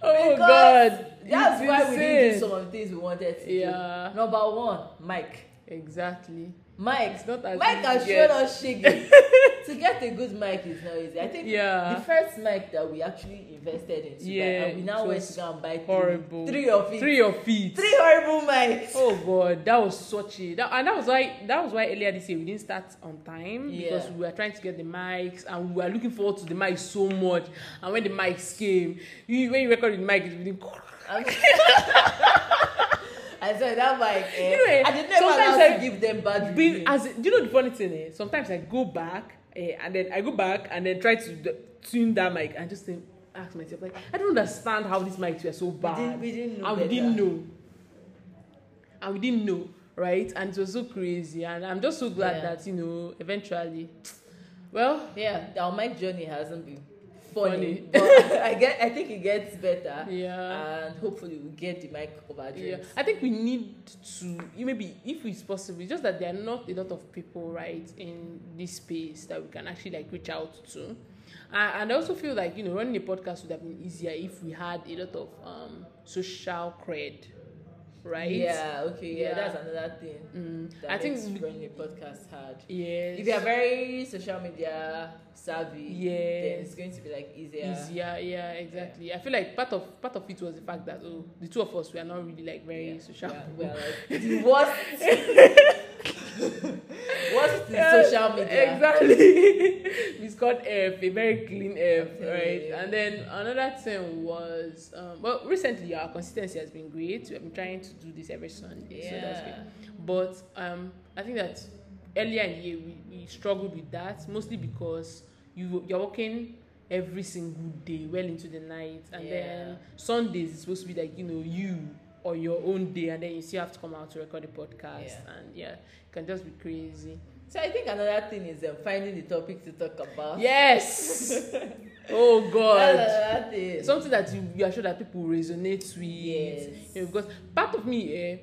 Speaker 1: oh
Speaker 2: Because
Speaker 1: god,
Speaker 2: That's
Speaker 1: it's
Speaker 2: why we didn't do
Speaker 1: insane.
Speaker 2: some of the things we wanted to
Speaker 1: Yeah.
Speaker 2: do. Number one, Mike.
Speaker 1: Exactly,
Speaker 2: Mike.
Speaker 1: it's not as
Speaker 2: Mike
Speaker 1: easy
Speaker 2: has
Speaker 1: yet. [LAUGHS]
Speaker 2: shown us shaking. to get a good mic is not easy. I think
Speaker 1: Yeah,
Speaker 2: the first mic that we actually invested in
Speaker 1: Ah. Yeah,
Speaker 2: yeah, and we now
Speaker 1: it
Speaker 2: went
Speaker 1: was
Speaker 2: to go and buy
Speaker 1: horrible.
Speaker 2: three, three of it
Speaker 1: three of feet.
Speaker 2: three horrible mics
Speaker 1: Oh god, that was such a that, and that was why that was why earlier this year we didn't start on time
Speaker 2: Yeah.
Speaker 1: because we were trying to get the mics and we were looking forward to the mics so much. And when the mics came, you, when you recorded the mic, it didn't.
Speaker 2: I'm- [LAUGHS] I said that mic eh,
Speaker 1: You know, eh,
Speaker 2: I did never
Speaker 1: sometimes
Speaker 2: allow to
Speaker 1: I-
Speaker 2: give them bad
Speaker 1: Being,
Speaker 2: reviews
Speaker 1: as do you know the funny thing? Eh? Sometimes I go back eh, and then I go back and then try to d- tune that mic and just think, ask myself like, I don't understand how these mics were so bad.
Speaker 2: didn't- we didn't know
Speaker 1: and we
Speaker 2: better.
Speaker 1: didn't know. And we didn't know, right? And it was so crazy. And I'm just so glad
Speaker 2: Yeah.
Speaker 1: that you know eventually. Well,
Speaker 2: yeah our mic journey hasn't been funny,
Speaker 1: Funny.
Speaker 2: but
Speaker 1: [LAUGHS]
Speaker 2: I get I think it gets better
Speaker 1: yeah
Speaker 2: and hopefully we'll get the mic of our
Speaker 1: yeah
Speaker 2: dreams
Speaker 1: i think we need to maybe if it's possible it's just that there are not a lot of people right in this space that we can actually like reach out to and, and i also feel like you know running a podcast would have been easier if we had a lot of um social cred right
Speaker 2: yeah okay yeah,
Speaker 1: Yeah.
Speaker 2: that's another thing
Speaker 1: mm,
Speaker 2: that
Speaker 1: i think
Speaker 2: makes
Speaker 1: we-
Speaker 2: running a podcast hard
Speaker 1: yes
Speaker 2: if you are very social media savvy
Speaker 1: Yes.
Speaker 2: then it's going to be like easier
Speaker 1: easier yeah exactly i feel like part of part of it was the fact that oh the two of us were not really like very
Speaker 2: Yeah,
Speaker 1: social [LAUGHS]
Speaker 2: we are like the worst [LAUGHS] worst in social media
Speaker 1: Exactly. [LAUGHS] it's called F, a very clean F,
Speaker 2: Okay.
Speaker 1: right? And then another thing was, um, well, recently our consistency has been great. We've been trying to do this every Sunday, so that's
Speaker 2: yeah
Speaker 1: great. But um, I think that earlier in the year we, we struggled with that mostly because you you're working every single day well into the night, and
Speaker 2: Yeah.
Speaker 1: then Sundays is supposed to be like you know you or your own day, and then you still have to come out to record the podcast,
Speaker 2: Yeah.
Speaker 1: and yeah, it can just be crazy.
Speaker 2: so i think another thing is um, finding the topic to talk about
Speaker 1: Yes.
Speaker 2: [LAUGHS]
Speaker 1: oh God.
Speaker 2: that's another thing
Speaker 1: Something that you, you are sure that people resonate with.
Speaker 2: Yes.
Speaker 1: You know, because part of me, eh,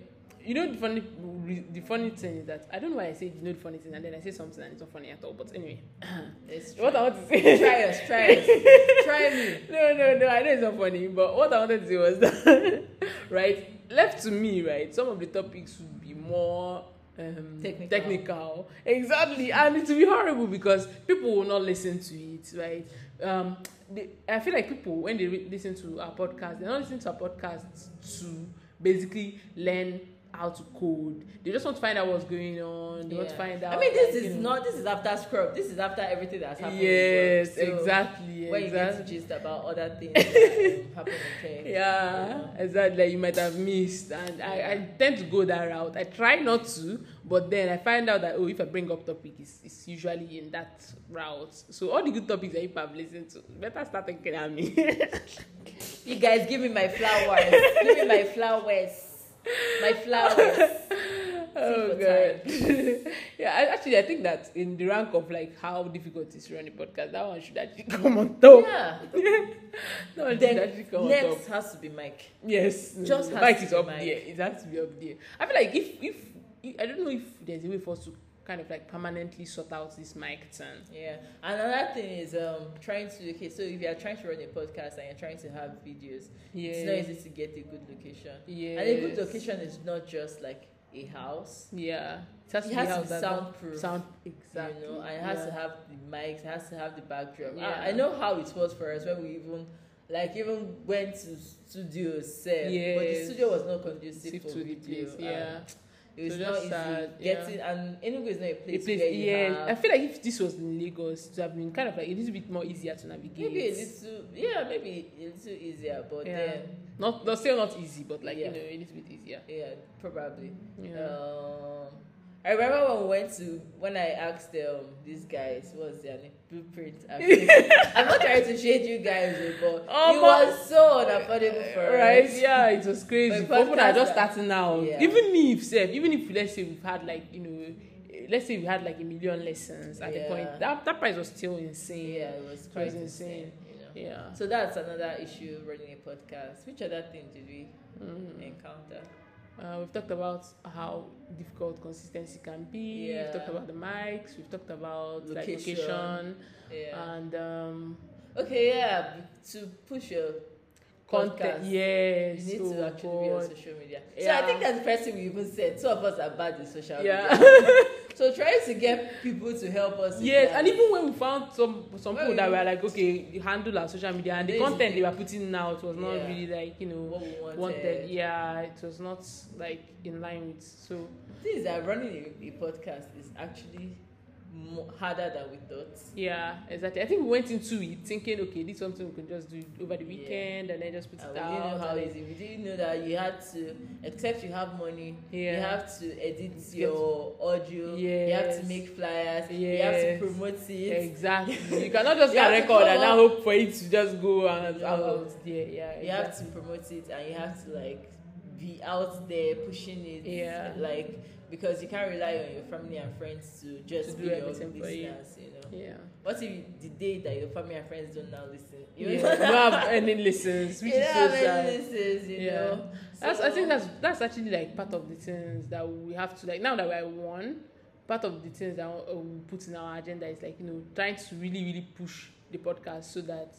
Speaker 1: you know, the funny, re- the funny thing is that I don't know why I say you know the funny thing, and then I say something and it's not funny at all. But anyway,
Speaker 2: Let's try.
Speaker 1: what I want to say.
Speaker 2: try us try [LAUGHS] us try me
Speaker 1: no, no, no. I know it's not funny, but what I wanted to say was that, [LAUGHS] right, left to me, right, some of the topics would be more um,
Speaker 2: Technical.
Speaker 1: technical. Exactly, and it will be horrible because people will not listen to it, right? Um, they, I feel like people when they re- listen to our podcast, they're not listening to our podcast to basically learn how to code. They just want to find out what's going on. They want to
Speaker 2: Yeah.
Speaker 1: find out.
Speaker 2: I mean, this
Speaker 1: like, you
Speaker 2: is
Speaker 1: know.
Speaker 2: not. This is after scrub. This is after everything that's happened. in
Speaker 1: Yes,
Speaker 2: work. So
Speaker 1: exactly.
Speaker 2: When you get to
Speaker 1: exactly.
Speaker 2: gist about other [LAUGHS] things that happen in tech.
Speaker 1: yeah, exactly. Like you might have missed, and I, I tend to go that route. I try not to, but then I find out that oh, if I bring up topic, it's, it's usually in that route. So all the good topics that you have listened to, better start thinking at me. [LAUGHS]
Speaker 2: You guys give me my flowers. give me my flowers. My flowers.
Speaker 1: oh
Speaker 2: for
Speaker 1: god, [LAUGHS] yeah. I, actually, I think that in the rank of like how difficult it is to run a podcast, that one should actually [LAUGHS] come on top.
Speaker 2: Yeah.
Speaker 1: That one should actually
Speaker 2: Then
Speaker 1: come on top.
Speaker 2: next has to be Mike.
Speaker 1: Yes,
Speaker 2: Just
Speaker 1: the
Speaker 2: has
Speaker 1: mic
Speaker 2: to
Speaker 1: is
Speaker 2: be
Speaker 1: up
Speaker 2: mic.
Speaker 1: there. It has to be up there. I feel like if, if if I don't know if there's a way for us to kind of like permanently sort out this mic turn.
Speaker 2: Yeah. Another thing is um trying to okay. So if you are trying to run a podcast and you're trying to have videos, it's not easy to get a good location.
Speaker 1: Yeah.
Speaker 2: And a good location is not just like a house.
Speaker 1: Yeah. It has
Speaker 2: It
Speaker 1: to
Speaker 2: has
Speaker 1: be,
Speaker 2: to
Speaker 1: how
Speaker 2: be
Speaker 1: that-
Speaker 2: soundproof.
Speaker 1: Sound
Speaker 2: Exactly.
Speaker 1: exactly.
Speaker 2: You know, and it has
Speaker 1: yeah.
Speaker 2: to have the mics, it has to have the backdrop.
Speaker 1: Yeah.
Speaker 2: I, I know how it was for us when we even like even went to studios set, but the
Speaker 1: Yes.
Speaker 2: studio was not conducive
Speaker 1: Shift
Speaker 2: for
Speaker 1: to the
Speaker 2: video.
Speaker 1: place.
Speaker 2: and
Speaker 1: Yeah.
Speaker 2: it was
Speaker 1: So
Speaker 2: not
Speaker 1: just
Speaker 2: easy
Speaker 1: sad, yeah.
Speaker 2: getting and Enugu is not a
Speaker 1: A
Speaker 2: place,
Speaker 1: place,
Speaker 2: where you
Speaker 1: yeah. I
Speaker 2: have
Speaker 1: feel like if this was in Lagos, it would have been kind of like a little bit more easier to navigate.
Speaker 2: maybe a little yeah maybe a little easier, but
Speaker 1: yeah.
Speaker 2: then
Speaker 1: Not, not still not easy, but like
Speaker 2: Yeah. Uh,
Speaker 1: you know, a little bit easier.
Speaker 2: yeah probably.
Speaker 1: Yeah.
Speaker 2: Um, I remember when we went to when I asked um, these guys what's their name blueprint.
Speaker 1: [LAUGHS]
Speaker 2: Actually. I'm not trying to shade you guys, eh, but
Speaker 1: Oh,
Speaker 2: it
Speaker 1: but-
Speaker 2: was so unaffordable for
Speaker 1: right
Speaker 2: us.
Speaker 1: yeah it was crazy
Speaker 2: But
Speaker 1: people that are just
Speaker 2: podcasts are-
Speaker 1: starting out
Speaker 2: Yeah.
Speaker 1: even if sef even if let's say we've had like you know eh, let's say we had like a million lessons at
Speaker 2: Yeah.
Speaker 1: the point that that price was still insane
Speaker 2: Yeah, it was quite
Speaker 1: insane.
Speaker 2: insane. You know.
Speaker 1: yeah
Speaker 2: So that's another issue running a podcast. Which other thing did we
Speaker 1: mm.
Speaker 2: encounter?
Speaker 1: uh, we've talked about how difficult consistency can be
Speaker 2: Yeah.
Speaker 1: we've talked about the mics we've talked about like
Speaker 2: Location.
Speaker 1: location
Speaker 2: Yeah.
Speaker 1: and um
Speaker 2: okay, yeah. To push your
Speaker 1: content
Speaker 2: podcast,
Speaker 1: yes
Speaker 2: you need
Speaker 1: oh
Speaker 2: to actually be on
Speaker 1: God.
Speaker 2: social media. So I
Speaker 1: Yeah.
Speaker 2: think that's the first thing we even said. Two of us are bad in social
Speaker 1: yeah
Speaker 2: media. So trying to get people to help us. with
Speaker 1: yes
Speaker 2: that.
Speaker 1: and even when we found some some
Speaker 2: When
Speaker 1: people
Speaker 2: we-
Speaker 1: that were like okay you handle our social media and the
Speaker 2: Basically.
Speaker 1: content they were putting out was not
Speaker 2: Yeah.
Speaker 1: really like you know
Speaker 2: what we wanted.
Speaker 1: wanted yeah it was not like in line with so
Speaker 2: Things that running a, a podcast is actually mo harder than we thought.
Speaker 1: yeah exactly i think we went into it thinking okay this is something we can just do over the
Speaker 2: Yeah.
Speaker 1: weekend and then just put
Speaker 2: And
Speaker 1: it
Speaker 2: we didn't know
Speaker 1: out
Speaker 2: how
Speaker 1: and-
Speaker 2: easy. We didn't know that you had to, except you have money, you
Speaker 1: Yeah.
Speaker 2: have to edit
Speaker 1: Get-
Speaker 2: your audio, you have to
Speaker 1: Yes.
Speaker 2: make flyers, you have to
Speaker 1: Yes.
Speaker 2: promote it, [LAUGHS]
Speaker 1: exactly you cannot just
Speaker 2: You
Speaker 1: get a
Speaker 2: have to
Speaker 1: record and
Speaker 2: come
Speaker 1: now
Speaker 2: up-
Speaker 1: hope for it to just go and
Speaker 2: No.
Speaker 1: out there yeah
Speaker 2: you have to promote it, and you have to like be out there pushing it,
Speaker 1: Yeah.
Speaker 2: like because you can't rely on your family and friends to just
Speaker 1: To
Speaker 2: be
Speaker 1: do
Speaker 2: your listeners,
Speaker 1: everything for you.
Speaker 2: you know.
Speaker 1: yeah
Speaker 2: What if the day that your family and friends don't now listen? You
Speaker 1: yeah
Speaker 2: know?
Speaker 1: we don't have any lessons which
Speaker 2: [LAUGHS] you
Speaker 1: is
Speaker 2: know
Speaker 1: so
Speaker 2: how
Speaker 1: sad
Speaker 2: many listens, you
Speaker 1: Yeah.
Speaker 2: know.
Speaker 1: That's, I think
Speaker 2: So-
Speaker 1: that's that's actually like part of the things that we have to like now that we're one. Part of the things that uh, we put in our agenda is like you know trying to really really push the podcast so that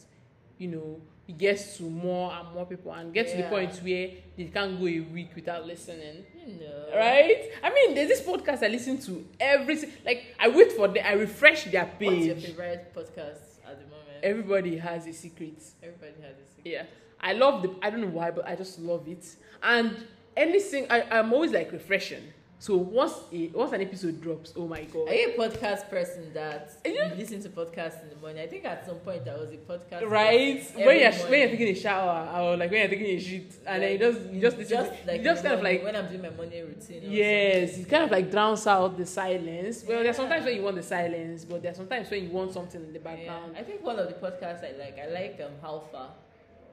Speaker 1: you know it gets to more and more people and get to the
Speaker 2: Yeah.
Speaker 1: point where they can't go a week without listening.
Speaker 2: you know,
Speaker 1: Right? I mean, there's this podcast I listen to every si- like I wait for the I refresh their
Speaker 2: What's your
Speaker 1: page.
Speaker 2: favorite podcast at the moment?
Speaker 1: Everybody has a secret.
Speaker 2: Everybody has a secret.
Speaker 1: Yeah, I love the. I don't know why, but I just love it. And anything, I, I'm always like refreshing. So once a, once an episode drops, oh my god,
Speaker 2: Are you a podcast person that
Speaker 1: Are
Speaker 2: you
Speaker 1: you-
Speaker 2: listen to podcasts in the morning? I think at some point I was a podcast.
Speaker 1: right?
Speaker 2: person
Speaker 1: When
Speaker 2: every
Speaker 1: you're when you're
Speaker 2: morning.
Speaker 1: taking a shower or like when you're taking a shit, and then you
Speaker 2: Like,
Speaker 1: just you just listen, to-
Speaker 2: like
Speaker 1: you just
Speaker 2: in
Speaker 1: kind
Speaker 2: the
Speaker 1: of
Speaker 2: morning
Speaker 1: like
Speaker 2: when I'm doing my morning routine. or
Speaker 1: yes, it kind of like drowns out the silence. Well, there's sometimes
Speaker 2: Yeah.
Speaker 1: when you want the silence, but there's sometimes when you want something in the
Speaker 2: something. Yeah.
Speaker 1: background.
Speaker 2: I think one of the podcasts I like, I like um Halfa,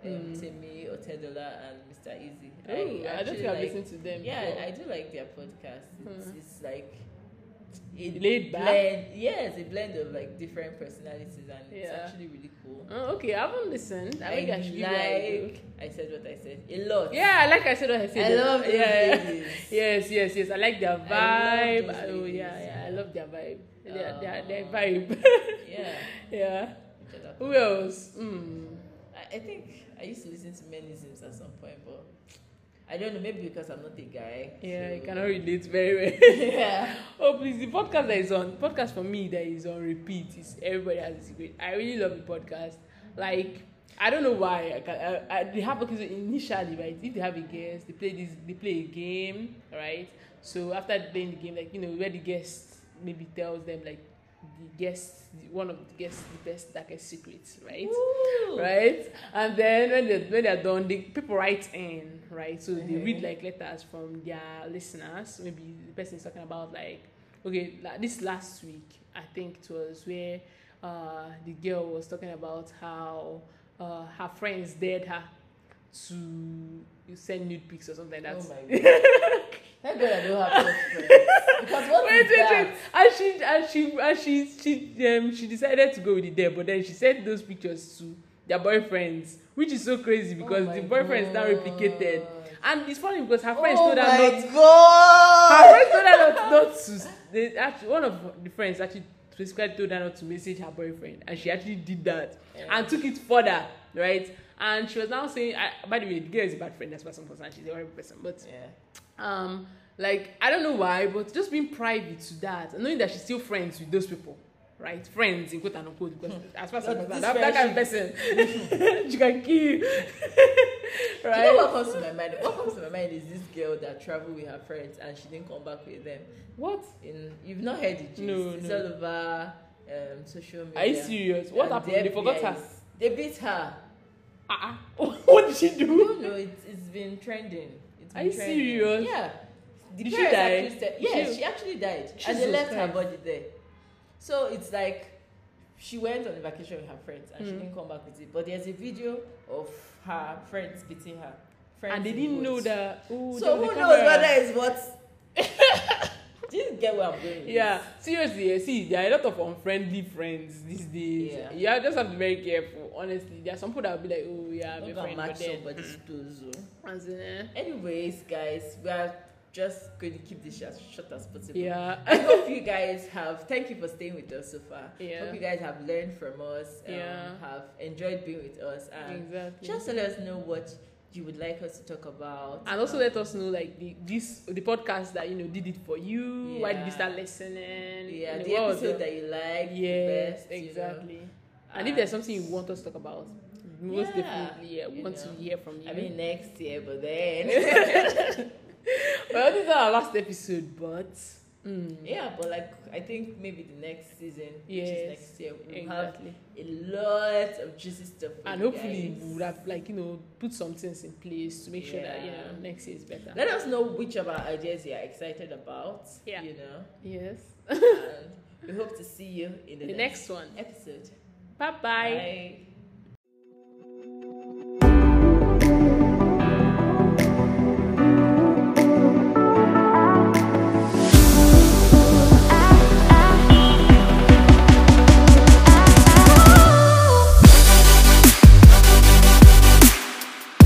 Speaker 2: um,
Speaker 1: Mm.
Speaker 2: Timmy Otedola, and Mr. Easy.
Speaker 1: Ooh, I, don't
Speaker 2: actually
Speaker 1: think I've
Speaker 2: like-
Speaker 1: listened to them.
Speaker 2: Yeah,
Speaker 1: before.
Speaker 2: I, I do like their podcast. It's,
Speaker 1: Hmm.
Speaker 2: it's like a
Speaker 1: Laid back?
Speaker 2: blend. Yeah, it's a blend of like different personalities, and it's
Speaker 1: Yeah.
Speaker 2: actually really cool.
Speaker 1: Oh, okay, I haven't listened. I think I should give it a
Speaker 2: like. I said what I said a lot.
Speaker 1: Yeah, like I said, what I said.
Speaker 2: I love those
Speaker 1: yeah.
Speaker 2: ladies.
Speaker 1: Yes, yes, yes. I like their
Speaker 2: I love
Speaker 1: vibe.
Speaker 2: those
Speaker 1: oh
Speaker 2: ladies,
Speaker 1: yeah, yeah. Oh. I
Speaker 2: yeah.
Speaker 1: love their vibe. Their their, their
Speaker 2: Um,
Speaker 1: vibe. [LAUGHS]
Speaker 2: yeah.
Speaker 1: yeah.
Speaker 2: Which other
Speaker 1: Who else? Hmm.
Speaker 2: I, I think I used to listen to manisms at some point, but I don't know. Maybe because I'm not a guy.
Speaker 1: Yeah, you
Speaker 2: so-
Speaker 1: cannot
Speaker 2: [LAUGHS]
Speaker 1: relate very well. [LAUGHS]
Speaker 2: yeah.
Speaker 1: oh please, the podcast that is on podcast for me that is on repeat is everybody has a secret. I really love the podcast. Like I don't know why. I can, I, I, they have okay, so initially, right? If they have a guest, they play this, they play a game, right? So after playing the game, like you know, where the guest maybe tells them like the guest, one of the guests, the best darkest secrets, right?
Speaker 2: Ooh.
Speaker 1: right? And then when they when they're done, the people write in, right? So they
Speaker 2: Uh-huh.
Speaker 1: read like letters from their listeners. Maybe the person is talking about like, okay, like this last week, I think it was where uh, the girl was talking about how uh, her friends dared her to send nude pics or something like that.
Speaker 2: Oh
Speaker 1: [LAUGHS]
Speaker 2: my god. Thank God I don't have those friends. Because what
Speaker 1: wait,
Speaker 2: is
Speaker 1: wait,
Speaker 2: that?
Speaker 1: wait. And she, and she, and she, she, um, she decided to go with it there, but then she sent those pictures to their boyfriends, which is so crazy because
Speaker 2: Oh my
Speaker 1: the boyfriends now replicated.
Speaker 2: God.
Speaker 1: And it's funny because her friends
Speaker 2: Oh
Speaker 1: told her not.
Speaker 2: my god!
Speaker 1: Her friends told her not, not to. They actually, one of the friends actually specifically told her not to message her boyfriend, and she actually did that
Speaker 2: Yeah.
Speaker 1: and took it further, right? And she was now saying, I, by the way, the girl is a bad friend. That's why some person she's a horrible person, but
Speaker 2: Yeah.
Speaker 1: um like i don't know why but just being private to that and knowing that she's still friends with those people right friends in quote and unquote because
Speaker 2: Hmm.
Speaker 1: as far as i'm
Speaker 2: Not
Speaker 1: concerned that, that kind of person [LAUGHS] she can kill
Speaker 2: Do you know
Speaker 1: right
Speaker 2: what comes to my mind? What comes to my mind is this girl that traveled with her friends and she didn't come back with them.
Speaker 1: what
Speaker 2: In you've not heard the gist.
Speaker 1: No,
Speaker 2: it's
Speaker 1: no.
Speaker 2: all over um, social media.
Speaker 1: are you serious what
Speaker 2: And
Speaker 1: happened
Speaker 2: the
Speaker 1: they forgot
Speaker 2: FBI
Speaker 1: her
Speaker 2: is- They beat her.
Speaker 1: uh-uh. [LAUGHS] what did she do
Speaker 2: No, no, it's it's been trending. It's been
Speaker 1: Are you
Speaker 2: trending.
Speaker 1: serious?
Speaker 2: Yeah. The
Speaker 1: Did she
Speaker 2: parents
Speaker 1: die?
Speaker 2: actually said-
Speaker 1: Did
Speaker 2: yeah,
Speaker 1: she-
Speaker 2: she, actually died, and they
Speaker 1: Jesus
Speaker 2: left her
Speaker 1: Christ.
Speaker 2: body there. So it's like she went on a vacation with her friends, and she
Speaker 1: Mm.
Speaker 2: didn't come back with it. But there's a video of her friends beating her. Friends
Speaker 1: and they
Speaker 2: in
Speaker 1: didn't know
Speaker 2: boats.
Speaker 1: that oh
Speaker 2: So who knows whether
Speaker 1: [LAUGHS]
Speaker 2: it's what? Do you get where I'm going? with
Speaker 1: yeah seriously eh, see there are a lot of unfriendly friends these days
Speaker 2: Yeah.
Speaker 1: yeah you just have to be very careful honestly there are some people that will be like oh yeah i'm
Speaker 2: this? Don't
Speaker 1: a
Speaker 2: go and
Speaker 1: friend
Speaker 2: match
Speaker 1: but then
Speaker 2: somebody's
Speaker 1: [LAUGHS]
Speaker 2: toes. oh.
Speaker 1: As in, eh,
Speaker 2: Anyways, guys, we are just going to keep this as short as possible.
Speaker 1: yeah
Speaker 2: I hope you guys have. Thank you for staying with us so far.
Speaker 1: Yeah.
Speaker 2: Hope you guys have learned from us. Um,
Speaker 1: Yeah.
Speaker 2: Have enjoyed being with us and
Speaker 1: exactly
Speaker 2: just let us know what you would like us to talk about.
Speaker 1: and also
Speaker 2: Um,
Speaker 1: let us know like the this the podcast that you know did it for you why did you
Speaker 2: Yeah.
Speaker 1: start listening
Speaker 2: yeah
Speaker 1: you know,
Speaker 2: the
Speaker 1: what was
Speaker 2: episode
Speaker 1: your-
Speaker 2: that you like. the
Speaker 1: yes
Speaker 2: best,
Speaker 1: exactly
Speaker 2: You know,
Speaker 1: and if there's something you want us to talk about most
Speaker 2: Yeah,
Speaker 1: definitely yeah we
Speaker 2: you
Speaker 1: want
Speaker 2: know.
Speaker 1: to hear from you [LAUGHS]
Speaker 2: I [LAUGHS] mean next year, but then [LAUGHS]
Speaker 1: well this is our last episode but mm,
Speaker 2: yeah, but like I think maybe the next season, which
Speaker 1: Yes,
Speaker 2: is next year, we'll have
Speaker 1: exactly
Speaker 2: a lot of juicy stuff. for
Speaker 1: and
Speaker 2: you
Speaker 1: hopefully
Speaker 2: guys.
Speaker 1: we would have like you know put some things in place to make sure that you
Speaker 2: Yeah.
Speaker 1: know next year is better
Speaker 2: Let us know which of our ideas you are excited about.
Speaker 1: Yeah.
Speaker 2: You know,
Speaker 1: yes
Speaker 2: and we hope to see you in the,
Speaker 1: the next one
Speaker 2: episode.
Speaker 1: bye bye
Speaker 2: Bye.